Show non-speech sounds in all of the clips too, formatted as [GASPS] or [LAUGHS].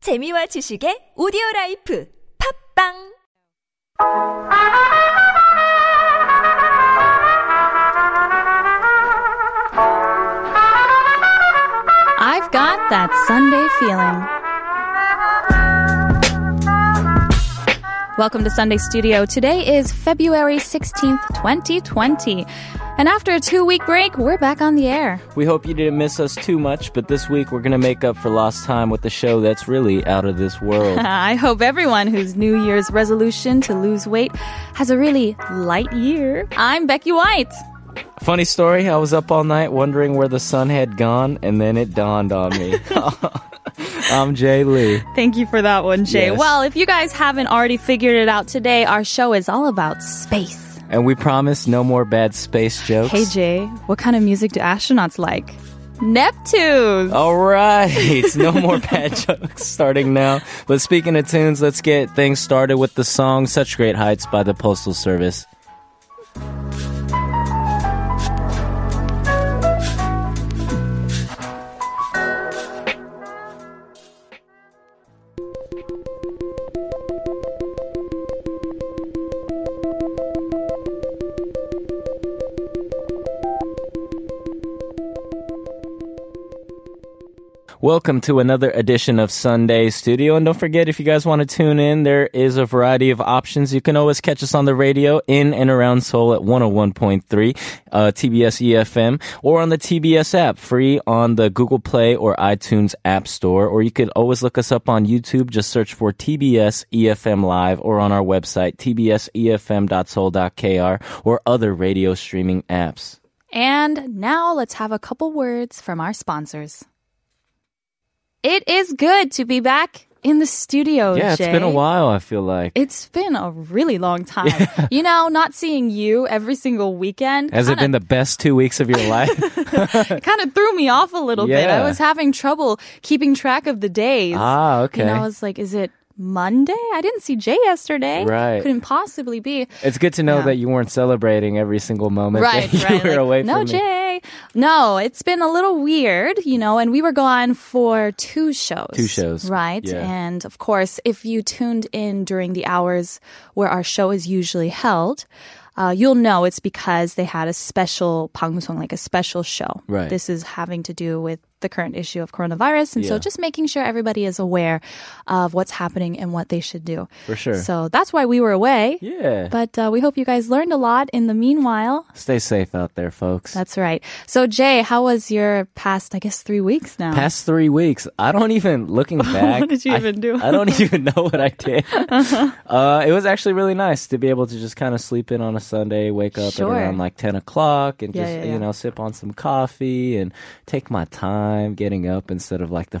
재미와 지식의 오디오 라이프 팝빵 I've got that Sunday feeling. Welcome to Sunday Studio. Today is February 16th, 2020. And after a two week break, we're back on the air. We hope you didn't miss us too much, but this week we're going to make up for lost time with the show that's really out of this [LAUGHS] world. I hope everyone whose New Year's resolution to lose weight has a really light year. I'm Becky White. Funny story, I was up all night wondering where the sun had gone, and then it dawned on [LAUGHS] me. [LAUGHS] I'm Jay Lee. Thank you for that one, Jay. Yes. Well, if you guys haven't already figured it out today, our show is all about space. And we promise no more bad space jokes. Hey Jay, what kind of music do astronauts like? Neptune. All right, no more bad [LAUGHS] jokes starting now. But speaking of tunes, let's get things started with the song Such Great Heights by the Postal Service. Welcome to another edition of Sunday Studio. And don't forget, if you guys want to tune in, there is a variety of options. You can always catch us on the radio in and around Seoul at 101.3 uh, TBS EFM or on the TBS app, free on the Google Play or iTunes App Store. Or you could always look us up on YouTube. Just search for TBS EFM E Live or on our website, E tbsefm.soul.kr or other radio streaming apps. And now let's have a couple words from our sponsors. It is good to be back in the studio, Yeah, it's Oh, Jay. been a while, I feel like. It's been a really long time. [LAUGHS] You know, not seeing you every single weekend Has it been the best two weeks of your life? kind of threw me off a little bit. I Yeah. was having trouble keeping track of the days. Ah, okay. And I was like, is it Monday? I didn't see Jay yesterday. Right. Couldn't possibly be. It's good to know Yeah. that you weren't celebrating every single moment right, that [LAUGHS] you right. were like, away no, from me. Jay. No, it's been a little weird, you know, and we were gone for two shows. Two shows, Right. yeah. And of course, if you tuned in during the hours where our show is usually held, uh, you'll know it's because they had a special 방송, like a special show. Right. This is having to do with the current issue of coronavirus. And so Yeah. just making sure everybody is aware of what's happening and what they should do. For sure. So that's why we were away. Yeah. But uh, we hope you guys learned a lot in the meanwhile. Stay safe out there, folks. That's right. So, Jay, how was your past, I guess, three weeks now? Past three weeks, I don't [LAUGHS] even looking back. did you I- even do? Uh-huh. I don't even know what [LAUGHS] I did. uh, it was actually really nice to be able to just kind of sleep in on a Sunday, wake up Sure. at around like ten o'clock, and Yeah, just yeah, yeah. you know sip on some coffee and take my time getting up instead of like the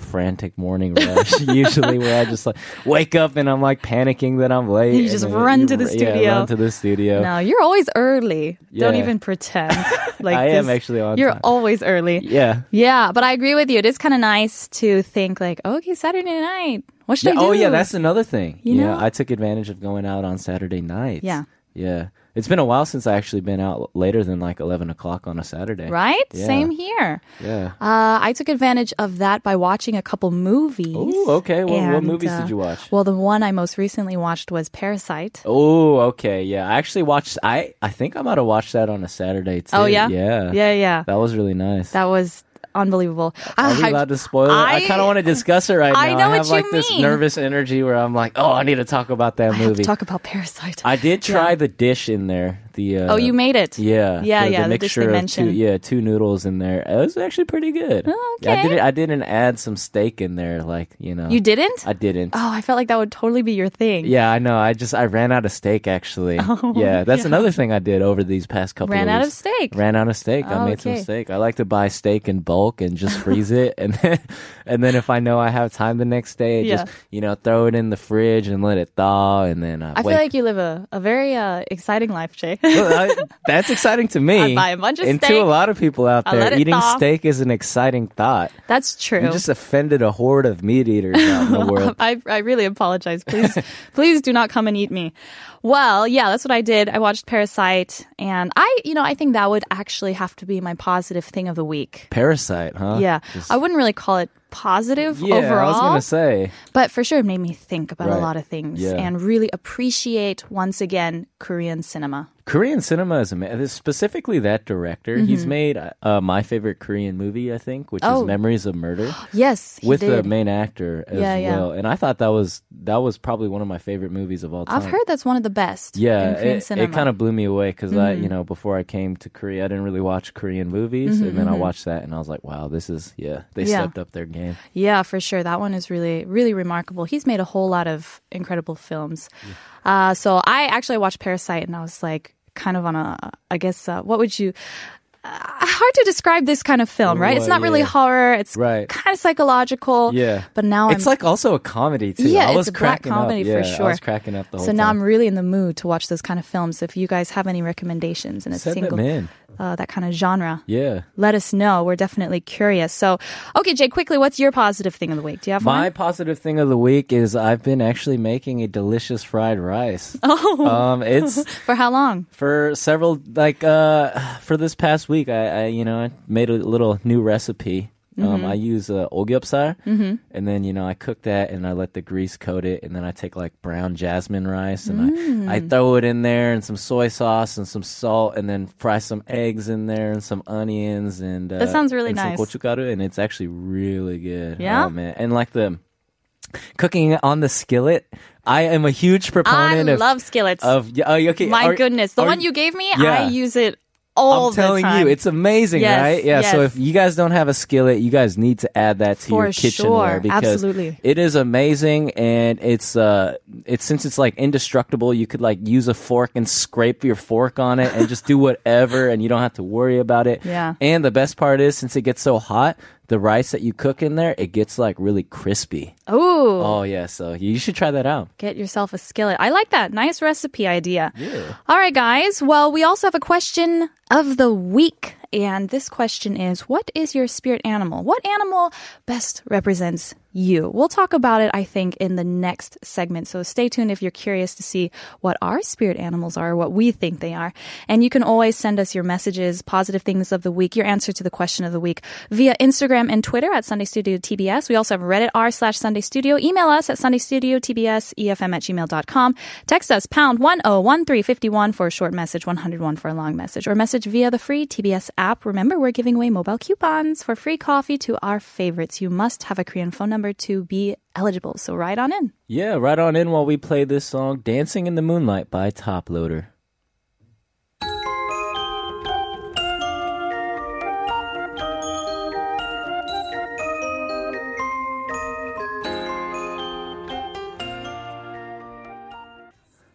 [LAUGHS] frantic morning rush usually where I just like wake up and I'm like panicking that I'm late. You and just then run to the yeah, studio. run to the studio. No, you're always early. Don't Yeah. even pretend. [LAUGHS] Like I am this- actually on You're time. always early. Yeah. Yeah, but I agree with you. It is kind of nice to think like, okay, Saturday night. What should Yeah, I do? oh yeah, that's another thing. You yeah, know? I took advantage of going out on Saturday nights. Yeah. Yeah. It's been a while since I actually been out l- later than like eleven o'clock on a Saturday. right. Yeah. Same here. Yeah. Uh, I took advantage of that by watching a couple movies. Ooh, okay. Well, what And, movies uh, did you watch? Well, the one I most recently watched was Parasite. Oh, okay. Yeah. I actually watched I I think I might have watched that on a Saturday too. Oh yeah, Yeah. yeah, yeah. That was really nice. That was unbelievable. Are we I- allowed to spoil it? I, kind of want to discuss it right I now. know what I have like you this mean. nervous energy where I'm like, oh, I need to talk about I that have movie. to talk about Parasite. I did try the dish in there. The uh, oh, you made it. Yeah, yeah, yeah. The the, The dish they mixture of two, mentioned. Oh, yeah, two noodles in there. It was actually pretty good. I okay. didn't. I didn't add some steak in there, like you know. You didn't? I didn't. oh, I felt like that would totally be your thing. Yeah, I know. I just I ran out of [LAUGHS] steak actually. yeah, that's another thing I did over these past couple. Oh Ran out of of weeks. steak. Ran out of steak. Oh, I made okay. some steak. I like to buy steak in bulk and just freeze it, and [LAUGHS] then and then if I know I have time the next day, I just Yeah. you know throw it in the fridge and let it thaw, and then I I, wake feel like you live a, a very uh, exciting life, Jay. [LAUGHS] Well, I, that's exciting to I me. buy a bunch of and steak. to a lot of people out I there, let it eating thaw. steak is an exciting thought. That's You true. just offended a horde of meat eaters out in [LAUGHS] the world. I, I really apologize. Please, [LAUGHS] please do not come and eat me. Well, yeah, that's what I did. I watched Parasite, and I, you know, I think that would actually have to be my positive thing of the week. Parasite, huh? Yeah, Just- I wouldn't really call it positive Yeah, overall. I was gonna say. But for sure, it made me think about a Right. lot of things Yeah. and really appreciate once again Korean cinema. Korean cinema is amazing. Specifically, that director. He's made uh, uh, my favorite Korean movie, I think, which Mm-hmm. Oh. is Memories of Murder, Yes, [GASPS] he with the did. main actor as Yeah, yeah. well. And I thought that was that was probably one of my favorite movies of all time. I've heard that's one of the best. in Yeah, Korean it, cinema. Mm-hmm. kind of blew me away because I, you know, before I came to Korea, I didn't really watch Korean movies, and then I watched that, and I was like, wow, this is yeah, they Mm-hmm, Yeah. stepped up their game. Yeah, for sure. That one is really, really remarkable. He's made a whole lot of incredible films. Uh, so I actually watched Parasite and I was like, kind of on a, I guess, uh, what would you. Uh, hard to describe this kind of film, right? It's Right, not really yeah. horror. It's Right. kind of psychological. Yeah, But now Oh, it's I'm. like also a comedy too. Yeah, I it's was a black cracking up. comedy for Yeah, I sure. was cracking up the whole so now I'm time. really in the mood to watch those kind of films. If you guys have any recommendations in a Send single, them in. Uh, that kind of genre, yeah. let us know. We're definitely curious. So, okay, Jay, quickly, what's your positive thing of the week? Do you have one? My positive thing of the week is I've been actually making a delicious fried [LAUGHS] rice. Oh, um, it's For how long? for several like uh, for this past week. I, I you know I made a little new recipe. Mm-hmm. Um, I use uh, olgyeopsar, and then you know I cook that, and I let the grease coat it, and then I take like brown jasmine rice, and I, I Mm. throw it in there, and some soy sauce, and some salt, and then fry some eggs in there, and some onions, and uh, That sounds really and nice. Some gochugaru, and it's actually really good. Yeah? oh, man, and like the cooking on the skillet. I am a huge I proponent of love skillets. of yeah, oh, okay. My are- goodness, the are- one you gave me, I Yeah. use it all I'm the telling time. you, it's amazing, Yes, right? Yeah. So yes. if you guys don't have a skillet, you guys need to add that to For your kitchenware sure, because absolutely. it is amazing, and it's uh, it's since it's like indestructible, you could like use a fork and scrape your fork on it and [LAUGHS] just do whatever, and you don't have to worry about it. Yeah. And the best part is, since it gets so hot, the rice that you cook in there, it gets like really crispy. Ooh, Oh yeah, so you should try that out. get yourself a skillet. I like that. Nice recipe idea. All right, guys. Well, we also have a question of the week. And this question is What is your spirit animal? What animal best represents you? We'll talk about it, I think, in the next segment. So stay tuned if you're curious to see what our spirit animals are, what we think they are. And you can always send us your messages, positive things of the week, your answer to the question of the week via Instagram and Twitter at Sunday Studio TBS. We also have Reddit r slash Sunday Studio. Email us at Sunday Studio TBS EFM E at gmail.com. Text us pound 101351 for a short message, 101 for a long message, or message via the free TBS app. Remember, we're giving away mobile coupons for free coffee to our favorites. You must have a Korean phone number to be eligible. So right on in. Yeah, right on in while we play this song, "Dancing in the Moonlight" by Top Loader.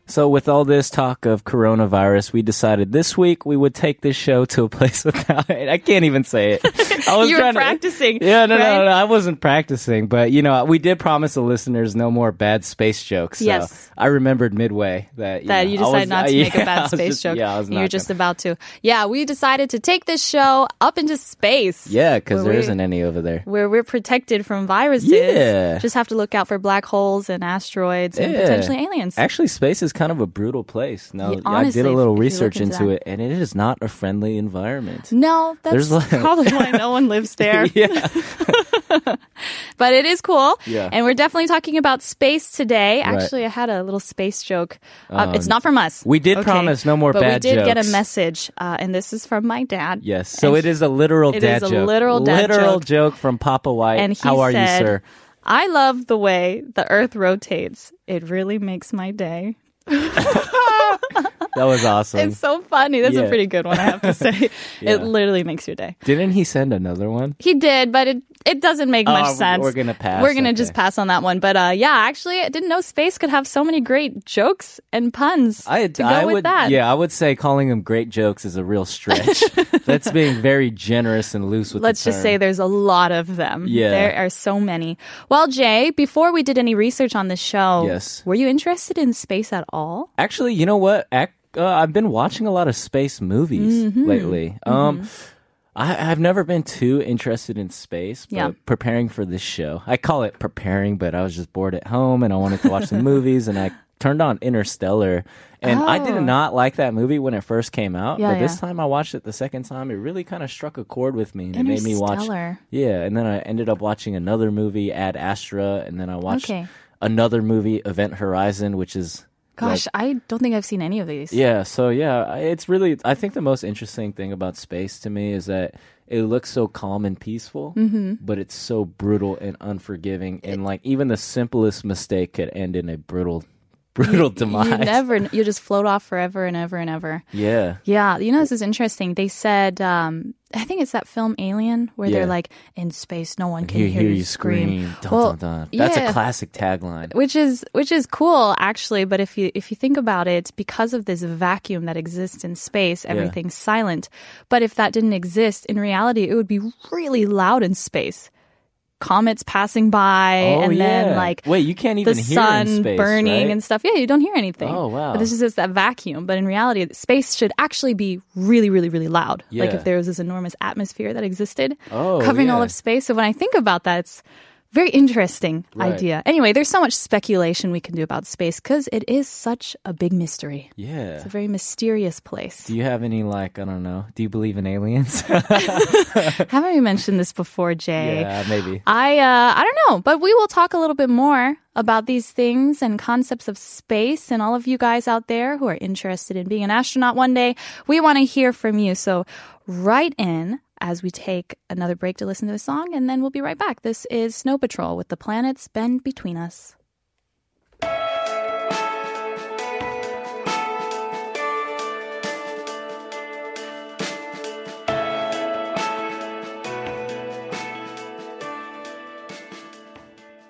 So, with all this talk of coronavirus, we decided this week we would take this show to a place [LAUGHS] without it. I can't even say it. I was You were trying to- practicing, yeah, no, right? no, no. I wasn't practicing, but you know, we did promise the listeners no more bad space jokes. so Yes. I remembered midway that you, that know, you I decided was- not to I- make a [LAUGHS] yeah, I bad was space just- joke. Yeah, I was And not You're just gonna- about to. Yeah, we decided to take this show up into space. yeah, because Were there we- isn't any over there. Where we're protected from viruses. Yeah. Just have to look out for black holes and asteroids and Yeah. potentially aliens. Actually, space is kind of a brutal place. Now, Yeah, I did honestly, a little if you look research into into that. it, and it is not a friendly environment. no, that's There's like- [LAUGHS] probably why no one lives there. [LAUGHS] yeah, But it is cool. Yeah. And we're definitely talking about space today. Right. Um, Actually, I had a little space joke. Uh, it's not from us. we did promise no more but bad we did get a jokes. message, uh, and this is from my dad. yes, so And it is a literal It dad is a joke. literal dad Literal joke. from Papa White. and he How are said, you, sir? I love the way the Earth rotates. It really makes my day. [LAUGHS] That was awesome. It's so funny. That's a Mm. Yeah. pretty good one, I have to [LAUGHS] say. Yeah. It literally makes your day. Didn't he send another one? He did, but it it doesn't make much Oh, sense. we're gonna pass, We're gonna okay. just pass on that one. But uh, yeah, actually, I didn't know space could have so many great jokes and puns. I, to go I with would, that. yeah, I would say calling them great jokes is a [LAUGHS] real stretch. That's being very generous and loose with. Let's the just say term. there's a lot of them. Yeah. There are so many. Well, Jay, before we did any research on this show, Yes. were you interested in space at all? Actually, Mm-hmm. you know what? Ac- uh, I've been watching a lot of space movies lately. Um, I, I've never been too interested in space, but Yeah. preparing for this show, I call it preparing, but I was just bored at home and I wanted to watch some movies and I turned on Interstellar. And I Oh. did not like that movie when it first came out, Yeah, but this yeah. time I watched it the second time. It really kind of struck a chord with me and it made me watch. Interstellar. Yeah, and then I ended up watching another movie, Ad Astra, and then I watched Okay. another movie, Event Horizon, which is. Gosh, I don't think I've seen any of these. Yeah, so yeah, I- it's really I think the most interesting thing about space to me is that it looks so calm and peaceful, Mm-hmm. but it's so brutal and unforgiving and like even the simplest mistake could end in a brutal [LAUGHS] brutal demise. You never, you just float off forever and ever and ever. yeah. Yeah, you know this is interesting. They said, um, I think it's that film Alien where they're Yeah. like, "In space, no one can You hear, hear you scream. Dun, Well, dun, dun. That's yeah. a classic tagline. which is which is cool actually. But if you if you think about it, because of this vacuum that exists in space, everything's silent. But if that didn't exist in reality, it would be really loud in space. Comets passing by, Oh, and yeah. then like wait, you can't the even hear sun in space, burning right? and stuff. Yeah, you don't hear anything. Oh, wow. But this is just that vacuum. But in reality, space should actually be really, really, really loud. Like Yeah. if there was this enormous atmosphere that existed Oh, covering all yeah. of space. So when I think about that, it's a very interesting Right. idea. Anyway, there's so much speculation we can do about space because it is such a big mystery. yeah. It's a very mysterious place. [LAUGHS] Do you have any like I don't know? Do you believe in aliens? [LAUGHS] Haven't we mentioned this before, Jay? yeah, maybe. I uh, I don't know, but we will talk a little bit more about these things and concepts of space. And all of you guys out there who are interested in being an astronaut one day, we want to hear from you. So write in as we take another break to listen to the song, and then we'll be right back. This is Snow Patrol with the planets bend between us.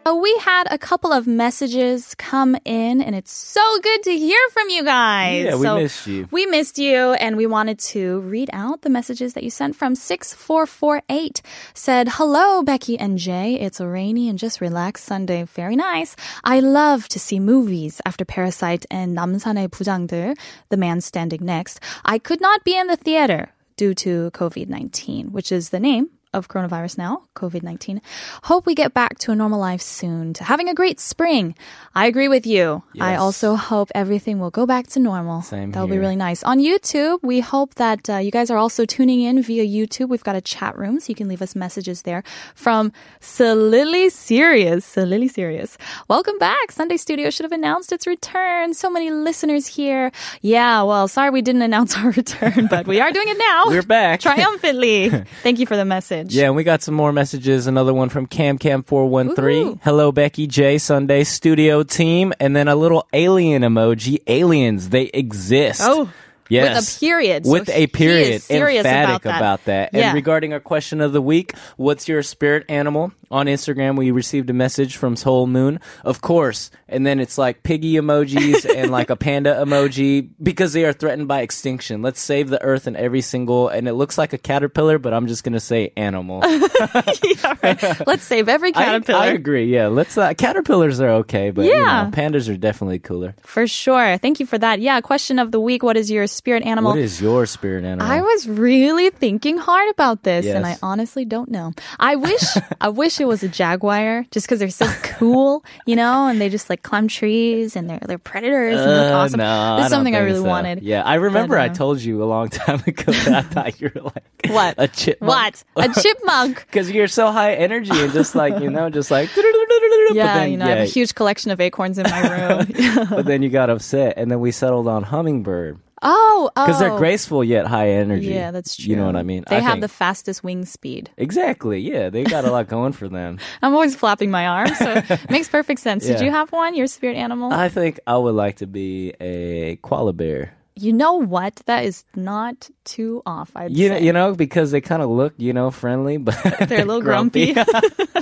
Uh, we had a couple of messages come in, and it's so good to hear from you guys. Yeah, we So missed you. We missed you, and we wanted to read out the messages that you sent from 6448. Said, Hello, Becky and Jay. It's a rainy and just relaxed Sunday. Very nice. I love to see movies after Parasite and 남산의 부장들, The Man Standing Next. I could not be in the theater due to COVID 19, which is the name of coronavirus now, COVID 19. Hope we get back to a normal life soon, to having a great spring. I agree with you. I Yes. also hope everything will go back to normal. Same That'll be here. really nice. On YouTube, we hope that uh, you guys are also tuning in via YouTube. We've got a chat room, so you can leave us messages there from Salili Sirius. Salili Sirius. Welcome back. Sunday Studio should have announced its return. So many listeners here. Yeah, well, sorry we didn't [LAUGHS] announce our return, but we are doing it now. We're back. [LAUGHS] Triumphantly. Thank you for the message. Yeah, and we got some more messages. Another one from CamCam413. Woohoo. Hello, Becky J, Sunday studio team. And then a little alien emoji. Aliens, they exist. Oh. Yes. With a period. So With he a is period. serious Emphatic about that. And Yeah. regarding our question of the week, what's your spirit animal? On Instagram, we received a message from Soul Moon, of course. And then it's like piggy [LAUGHS] emojis and like a panda emoji because they are threatened by extinction. Let's save the earth and every single. And it looks like a caterpillar, but I'm just going to say [LAUGHS] animal. All right. Let's save every I, caterpillar. I agree. Yeah, let's. Uh, caterpillars are okay, but you Yeah. know, pandas are definitely cooler. For sure. Thank you for that. Yeah, question of the week. What is your spirit animal? What is your spirit animal? I was really thinking hard about this, and I Yes. honestly don't know. I [LAUGHS] wish, I wish it was a jaguar, just because they're so cool, you know, and they just like climb trees and they're they're predators and they look Uh, awesome. no, this is don't something I think really so. wanted. Yeah, I remember I uh, told you a long [LAUGHS] time ago that I thought you were like [LAUGHS] What? a chipmunk. What? [LAUGHS] A chipmunk? Because you're so high energy and just like you know, just like [LAUGHS] yeah, But then, you know, I have a huge collection of acorns in [LAUGHS] my room. [LAUGHS] But then you got upset, and then we settled on hummingbird oh, oh, because they're graceful yet high energy. Yeah, that's true. You know what I mean? They I have think- the fastest wing speed. exactly. Yeah, they got a lot going for [LAUGHS] them. I'm always flapping my arms, so [LAUGHS] it makes perfect sense. Did Yeah. you have one? Your spirit animal? I think I would like to be a koala bear. you know what? That is not too off. I'd You know, say. you know, because they kind of look, you know, friendly, but they're, [LAUGHS] they're a little grumpy, [LAUGHS]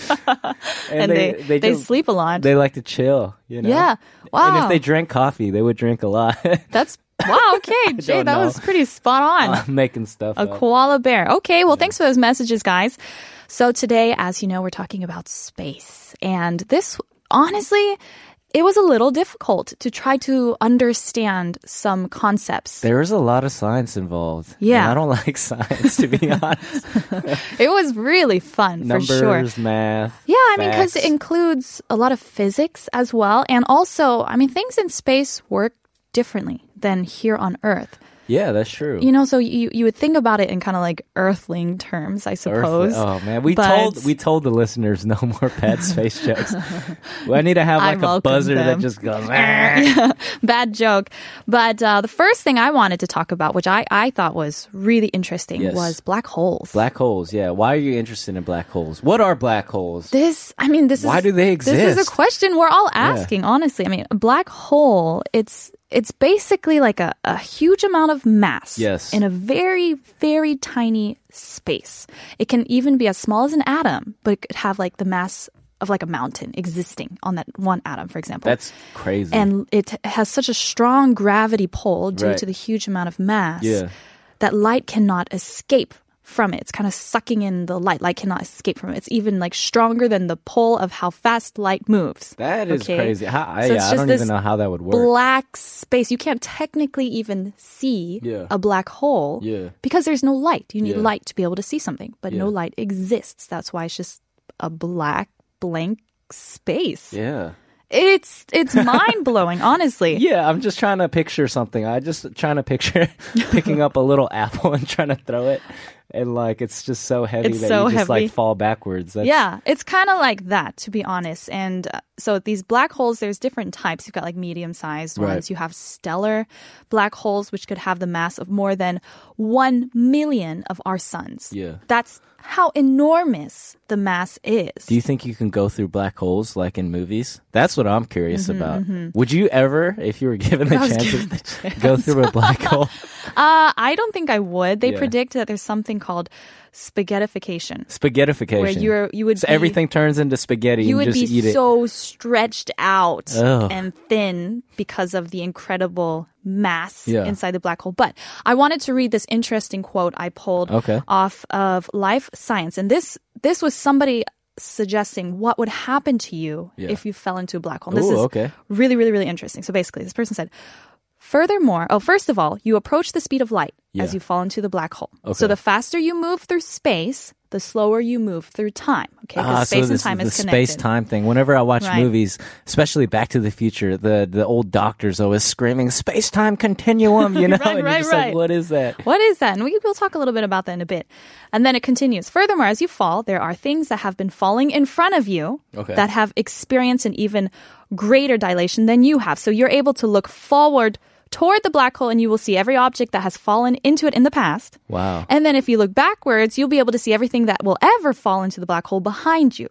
and and, they they, just- sleep a lot. They like to chill, you know. yeah. And Wow. if they drank coffee, they would drink a lot. [LAUGHS] That's wow. Okay, Jay, don't that know. was pretty spot [LAUGHS] on. I'm making stuff. A up. koala bear. Okay, well, thanks for those messages, guys. So today, as you know, we're talking about space. And this, honestly, it was a little difficult to try to understand some concepts. There is a lot of science involved. Yeah. And I don't [LAUGHS] like science, to [LAUGHS] be honest. It was really fun Numbers, for sure. math. Yeah, I mean, because it facts. includes a lot of physics as well. And also, I mean, things in space work differently than here on Earth. yeah, that's true. You know, so you, you would think about it in kind of like earthling terms, I Earthly- suppose. Oh man, we But- told we told the listeners no [LAUGHS] more bad space jokes. Well, I need to have I like a welcome buzzer that them. just goes. "Ah." [LAUGHS] Bad joke. But uh, the first thing I wanted to talk about, which I, I thought was really interesting, Yes. was black holes. Black holes, yeah. Why are you interested in black holes? What are black holes? This, I mean, this is Why do they This is a exist? question we're all asking, honestly. I mean, a black hole, it's it's basically like a, a huge amount of mass Yes. in a very, very tiny space. It can even be as small as an atom, but it could have like the mass of like a mountain existing on that one atom, for example. That's crazy. and it has such a strong gravity pull due Right. to the huge amount of mass Yeah. that light cannot escape from it. It's kind of sucking in the light. Light cannot escape from it. It's even like stronger than the pull of how fast light moves. that is Okay. crazy. How, I- So it's yeah, just I don't even this know how that would work. Black space. You can't technically even see Yeah. a black hole Yeah. because there's no light. You need Yeah. light to be able to see something, but no Yeah. light exists. That's why it's just a black blank space. yeah. It's [LAUGHS] it's mind blowing, honestly. Yeah, I'm just trying to picture something. I just trying to picture [LAUGHS] picking up a little apple [LAUGHS] and trying to throw it, and like it's just so heavy It's that so you just heavy. like fall backwards. That's, Yeah, it's kind of like that, to be honest. And uh, so these black holes, there's different types. You've got like medium sized Right. ones, you have stellar black holes, which could have the mass of more than 1 million of our suns. Yeah. That's how enormous the mass is. Do you think you can go through black holes like in movies? That's what I'm curious about. Would you ever, if you were [LAUGHS] given the Mm-hmm, I was chance, given the go through a [LAUGHS] black hole? uh, I don't think I would. They Yeah. predict that there's something called spaghettification. Spaghettification. Where you're- you would so be- everything turns into spaghetti. you and would just be eat it. so stretched out Ugh. and thin because of the incredible mass Yeah. inside the black hole. But I wanted to read this interesting quote I pulled Okay. off of Life Science, and this this was somebody suggesting what would happen to you Yeah. if you fell into a black hole. This is Ooh, okay. really, really, really interesting. So basically, this person said. Furthermore, oh, first of all, you approach the speed of light as Yeah. you fall into the black hole. Okay. So the faster you move through space, the slower you move through time. Okay, Ah, because space so and this time is is the connected. space time thing. Whenever I watch Right. movies, especially Back to the Future, the the old doctor's always screaming space time continuum. [LAUGHS] You know, Right, and right, you're just right. like, what is that? What is that? And we, we'll talk a little bit about that in a bit. And then it continues. Furthermore, as you fall, there are things that have been falling in front of you Okay. that have experienced an even greater dilation than you have. So you're able to look forward toward the black hole and you will see every object that has fallen into it in the past. Wow. And then if you look backwards, you'll be able to see everything that will ever fall into the black hole behind you.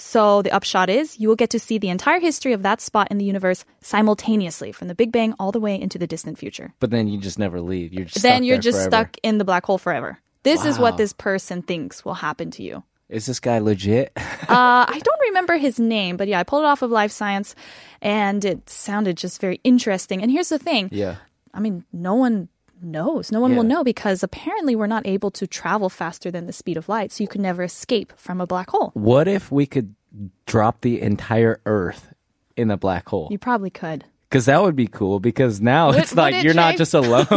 So the upshot is you will get to see the entire history of that spot in the universe simultaneously from the Big Bang all the way into the distant future But then you just never leave. You're just then stuck you're there just forever. stuck in the black hole forever. This is what Wow. this person thinks will happen to you. [LAUGHS] Is this guy legit? [LAUGHS] Uh, I don't remember his name, but yeah, I pulled it off of Life Science and it sounded just very interesting. And here's the thing yeah. I mean, no one knows. No one will Yeah. know because apparently we're not able to travel faster than the speed of light, so you can never escape from a black hole. What if we could drop the entire Earth in a black hole? You probably could. Because that would be cool. Because now Would- it's like would it Oh, you're not change- just [LAUGHS] alone.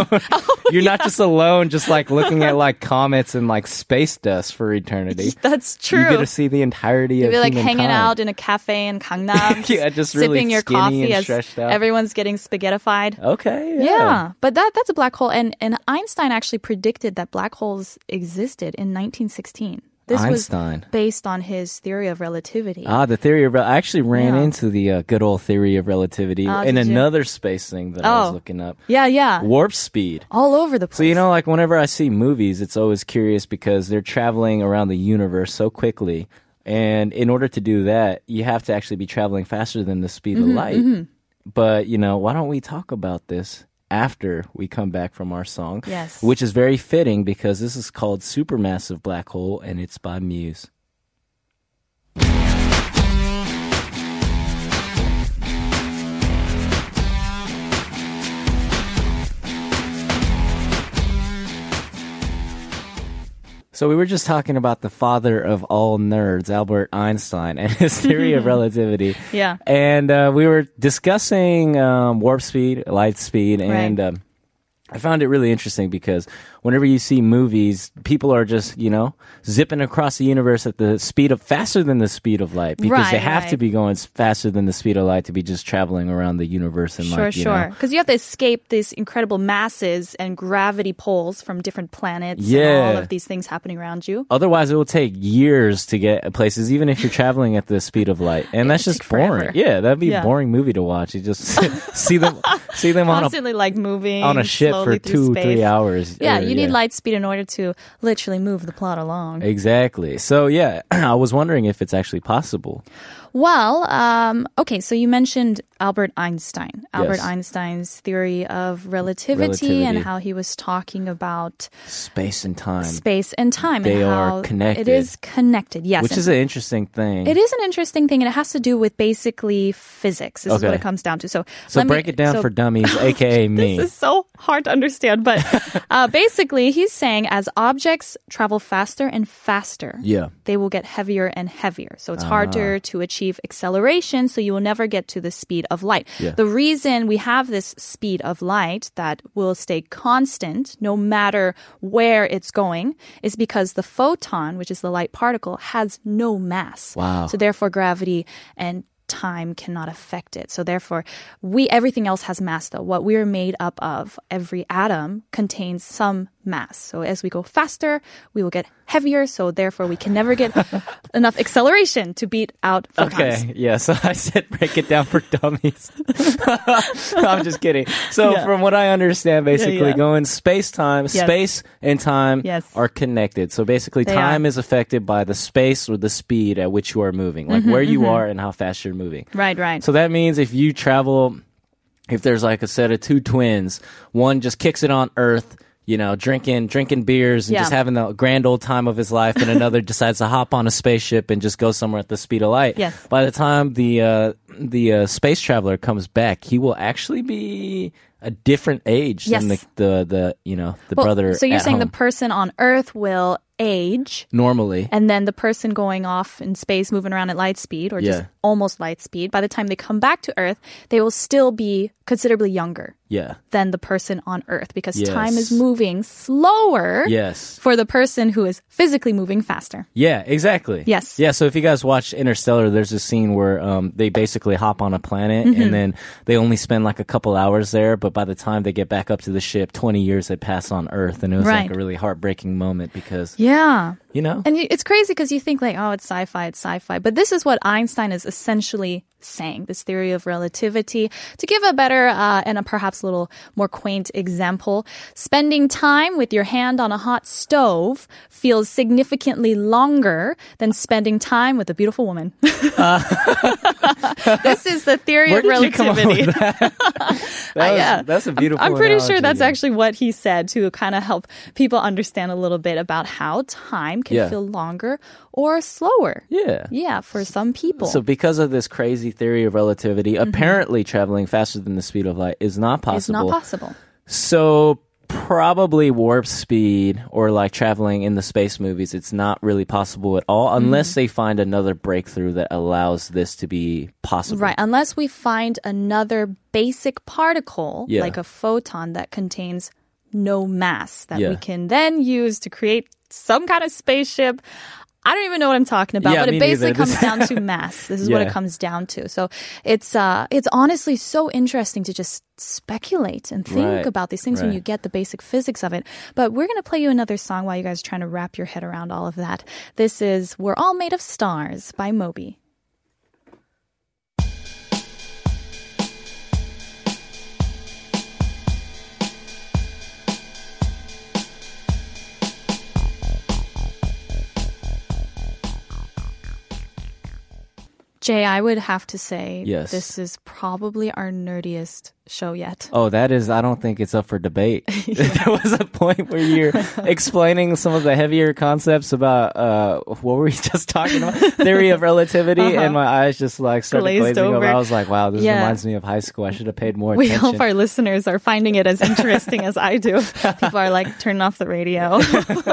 [LAUGHS] you're not just alone, just like looking at like comets and like space dust for eternity. That's true. You get to see the entirety You'd be of like humankind. hanging out in a cafe in Gangnam, [LAUGHS] Yeah, just sipping really your skinny coffee and as stretched out. everyone's getting spaghettified. Okay. Yeah. Yeah, but that that's a black hole, and and Einstein actually predicted that black holes existed in 1916. This Einstein. was based on his theory of relativity. Ah, the theory of rel- I actually ran Yeah. into the uh, good old theory of relativity Ah, in did you? another space thing that I was Oh. looking up. yeah, yeah, Warp speed. all over the place. So you know, like whenever I see movies, it's always curious because they're traveling around the universe so quickly, and in order to do that, you have to actually be traveling faster than the speed Mm-hmm, of light. But you know, why don't we talk about this after we come back from our song? Yes. which is very fitting because this is called Supermassive Black Hole, and it's by Muse. So we were just talking about the father of all nerds, Albert Einstein, and his [LAUGHS] theory of relativity. Yeah. And uh, we were discussing um, warp speed, light speed, and. Right. Um, I found it really interesting because whenever you see movies, people are just, you know, zipping across the universe at the speed of faster than the speed of light because they Right, have to right. be going s- faster than the speed of light to be just traveling around the universe and Sure, like, you sure. know. Because you have to escape these incredible masses and gravity poles from different planets and all Yeah. of these things happening around you. Otherwise, it will take years to get places, even if you're traveling at the speed of light, and that's would just take forever. boring. Yeah, that'd be Yeah. a boring movie to watch. You just [LAUGHS] see them, see them on a Constantly like moving on a ship for slowly two, through space. three hours. Uh, Yeah, or- you need light speed in order to literally move the plot along. Exactly. So yeah, [CLEARS THROAT] I was wondering if it's actually possible. Well, um, okay, so you mentioned Albert Einstein. Albert Yes. Einstein's theory of relativity, and Relativity. how he was talking about Space and time. space and time They and are how connected. it is connected. Yes. which and- is an interesting thing. It is an interesting thing, and it has to do with basically physics. This is what Okay. it comes down to. So, So let me- break it down so [LAUGHS] for dummies, aka me. This is so hard to understand, [LAUGHS] but uh, basically, he's saying as objects travel faster and faster, Yeah. Ah. they will get heavier and heavier. So it's harder to achieve acceleration, so you will never get to the speed of light. Yeah. The reason we have this speed of light that will stay constant no matter where it's going is because the photon, which is the light particle, has no mass. Wow. So therefore gravity and time cannot affect it. So therefore we everything else has mass though. What we're made up of, every atom contains some mass. So as we go faster, we will get heavier, so therefore we can never [LAUGHS] get enough acceleration to beat out photons. Okay, yeah. So [LAUGHS] I said break it down for dummies. [LAUGHS] I'm just kidding. So from what I understand, basically yeah. going space time, space and time Yes. are connected. So basically, They time are. is affected by the space or the speed at which you are moving, Mm-hmm, like where you are and how fast you're moving. Right, right. So that means if you travel, if there's like a set of two twins, one just kicks it on Earth. You know, drinking drinking beers and Yeah. just having the grand old time of his life, and another [LAUGHS] decides to hop on a spaceship and just go somewhere at the speed of light. Yes. By the time the uh, the uh, space traveler comes back, he will actually be a different age than the, Yes. the the you know the Well, brother. So you're at saying home. the person on Earth will age, normally and then the person going off in space, moving around at light speed or just Yeah. almost light speed, by the time they come back to Earth, they will still be considerably younger yeah than the person on Earth because time is Yes. moving slower yes for the person who is physically moving faster. Yeah, exactly. Yes. Yeah, so if you guys watch Interstellar, there's a scene where um, they basically hop on a planet Mm-hmm. and then they only spend like a couple hours there, but by the time they get back up to the ship, 20 years had passed on Earth, and it was Right. like a really heartbreaking moment because, Yeah. you know? And you- it's crazy because you think like, oh, it's sci-fi, it's sci-fi, but this is what Einstein is essentially saying: this theory of relativity. To give a better uh, and a perhaps a little more quaint example, spending time with your hand on a hot stove feels significantly longer than spending time with a beautiful woman. [LAUGHS] this is the theory [LAUGHS] Uh. Where of did you come up with relativity. [LAUGHS] That [LAUGHS] Uh, was- yeah. That's a beautiful I'm pretty sure analogy. that's actually what he said to kind of help people understand a little bit about how time can Yeah. feel longer or slower. Yeah. Yeah, for some people. So, because of this crazy theory of relativity, apparently traveling faster than the speed of light is not possible. it's Mm-hmm. not possible. So probably warp speed or like traveling in the space movies it's not really possible at all Mm-hmm. unless they find another breakthrough that allows this to be possible Right, unless we find another basic particle, Yeah. like a photon, that contains no mass that we Yeah. can then use to create some kind of spaceship. I don't even know what I'm talking about, Yeah, but it me basically neither. comes This- down [LAUGHS] to mass. This is what it Yeah. comes down to. So it's uh, it's honestly so interesting to just speculate and think Right, about these things when right. you get the basic physics of it. But we're gonna play you another song while you guys are trying to wrap your head around all of that. This is "We're All Made of Stars" by Moby. Jay, I would have to say Yes. this is probably our nerdiest show yet. Oh, that is, I don't think it's up for [LAUGHS] debate. [LAUGHS] there was a point where you're explaining some of the heavier concepts about, uh, what were we [LAUGHS] just talking about? Theory of relativity. And my eyes just like started Uh-huh. Glazed glazing over. over. I was like, wow, this Yeah. reminds me of high school. I should have paid [LAUGHS] more We attention. hope our listeners are finding it [LAUGHS] as interesting as I do. People are like, turn off the [LAUGHS] radio.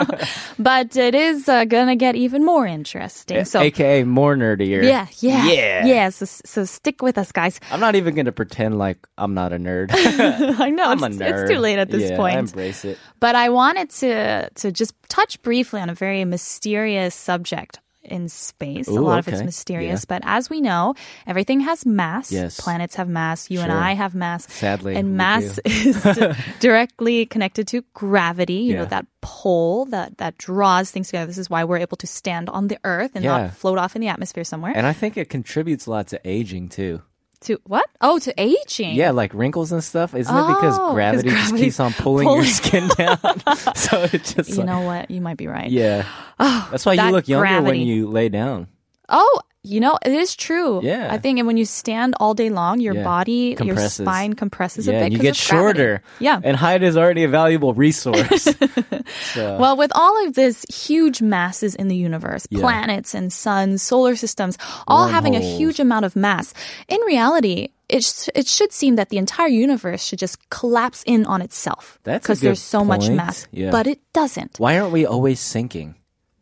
[LAUGHS] but it is uh, going to get even more interesting. So, AKA more nerdier. yeah, yeah, Yeah. yeah. So, so stick with us, guys. [LAUGHS] I'm not even going to pretend like I'm not a nerd. I know I'm a it's, nerd. it's too late at this Yeah, point. I embrace it. But I wanted to to just touch briefly on a very mysterious subject in space. a Ooh, lot of it's okay. mysterious, but as we know, everything has mass. Yes. Planets have mass. You and Sure. I have mass. Sadly, and we [LAUGHS] mass is di- directly connected to gravity. You know Yeah. that pull that that draws things together. This is why we're able to stand on the Earth and Yeah. not float off in the atmosphere somewhere. And I think it contributes a lot to aging too. to what? Oh, to aging. Yeah, like wrinkles and stuff. Isn't it because Oh, 'cause gravity just gravity's keeps on pulling, your pulling- [LAUGHS] skin down? [LAUGHS] so it just You like- know what? You might be right. Yeah. That's why you that look younger when gravity. you lay down. Oh, you know, it is true. Yeah. I think, and when you stand all day long, your Yeah. body, Compresses. your spine compresses a Yeah, bit. and you 'cause get of gravity. shorter. Yeah. And height is already a [LAUGHS] valuable resource. so, well, with all of this huge masses in the universe, planets and suns, solar systems, all having a Wormholes. huge amount of mass, in reality, it, sh- it should seem that the entire universe should just collapse in on itself That's a because good there's so much point. mass. Yeah. But it doesn't. why aren't we always sinking?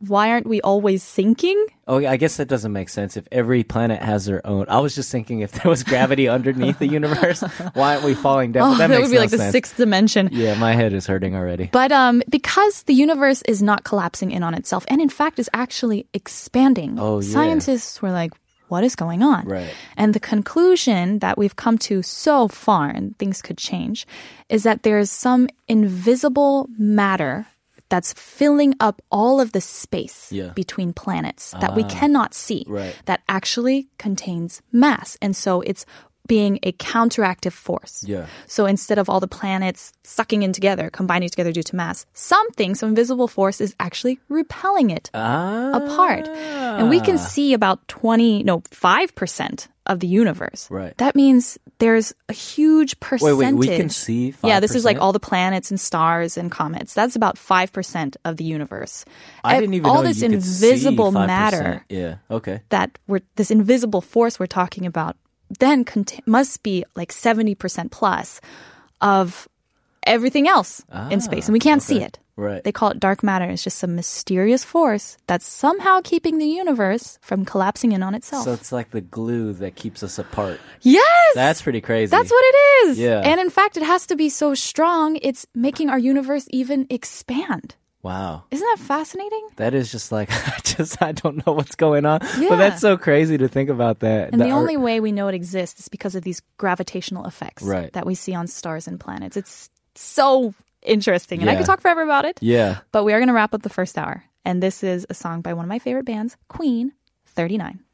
Why aren't we always sinking? Oh, yeah, I guess that doesn't make sense. If every planet has their own, I was just thinking if there was gravity underneath the [LAUGHS] universe, why aren't we falling down? Oh, [LAUGHS] But that, makes would be no like the sense. sixth dimension. Yeah, my head is hurting already. But um, because the universe is not collapsing in on itself, and in fact is actually expanding, Oh, yeah. scientists were like, what is going on? Right. And the conclusion that we've come to so far, and things could change, is that there is some invisible matter that's filling up all of the space Yeah. Ah. between planets that we cannot see Right. that actually contains mass. And so it's being a counteractive force. Yeah. So instead of all the planets sucking in together, combining together due to mass, something, some invisible force is actually repelling it Ah. apart. And we can see about 20, no, 5% of the universe. Right. That means there's a huge percentage. we can see Yeah, this is like 5%? all the planets and stars and comets. That's about 5% of the universe. I And didn't even all know this you could see invisible 5%. matter Yeah. Okay. that we're this invisible force we're talking about then cont- must be like 70% plus of everything else in space and we can't see it Ah, Right. they call it dark matter it's just some mysterious force that's somehow keeping the universe from collapsing in on itself So it's like the glue that keeps us apart. yes That's pretty crazy. that's what it is Yeah. and in fact it has to be so strong it's making our universe even expand Wow. isn't that fascinating That is just like [LAUGHS] I just I don't know what's going on. Yeah. But that's so crazy to think about that. And the, That- only way we know it exists is because of these gravitational effects Right. that we see on stars and planets. It's so interesting. And I could Yeah. talk forever about it, Yeah. but we are going to wrap up the first hour. And this is a song by one of my favorite bands, Queen 39.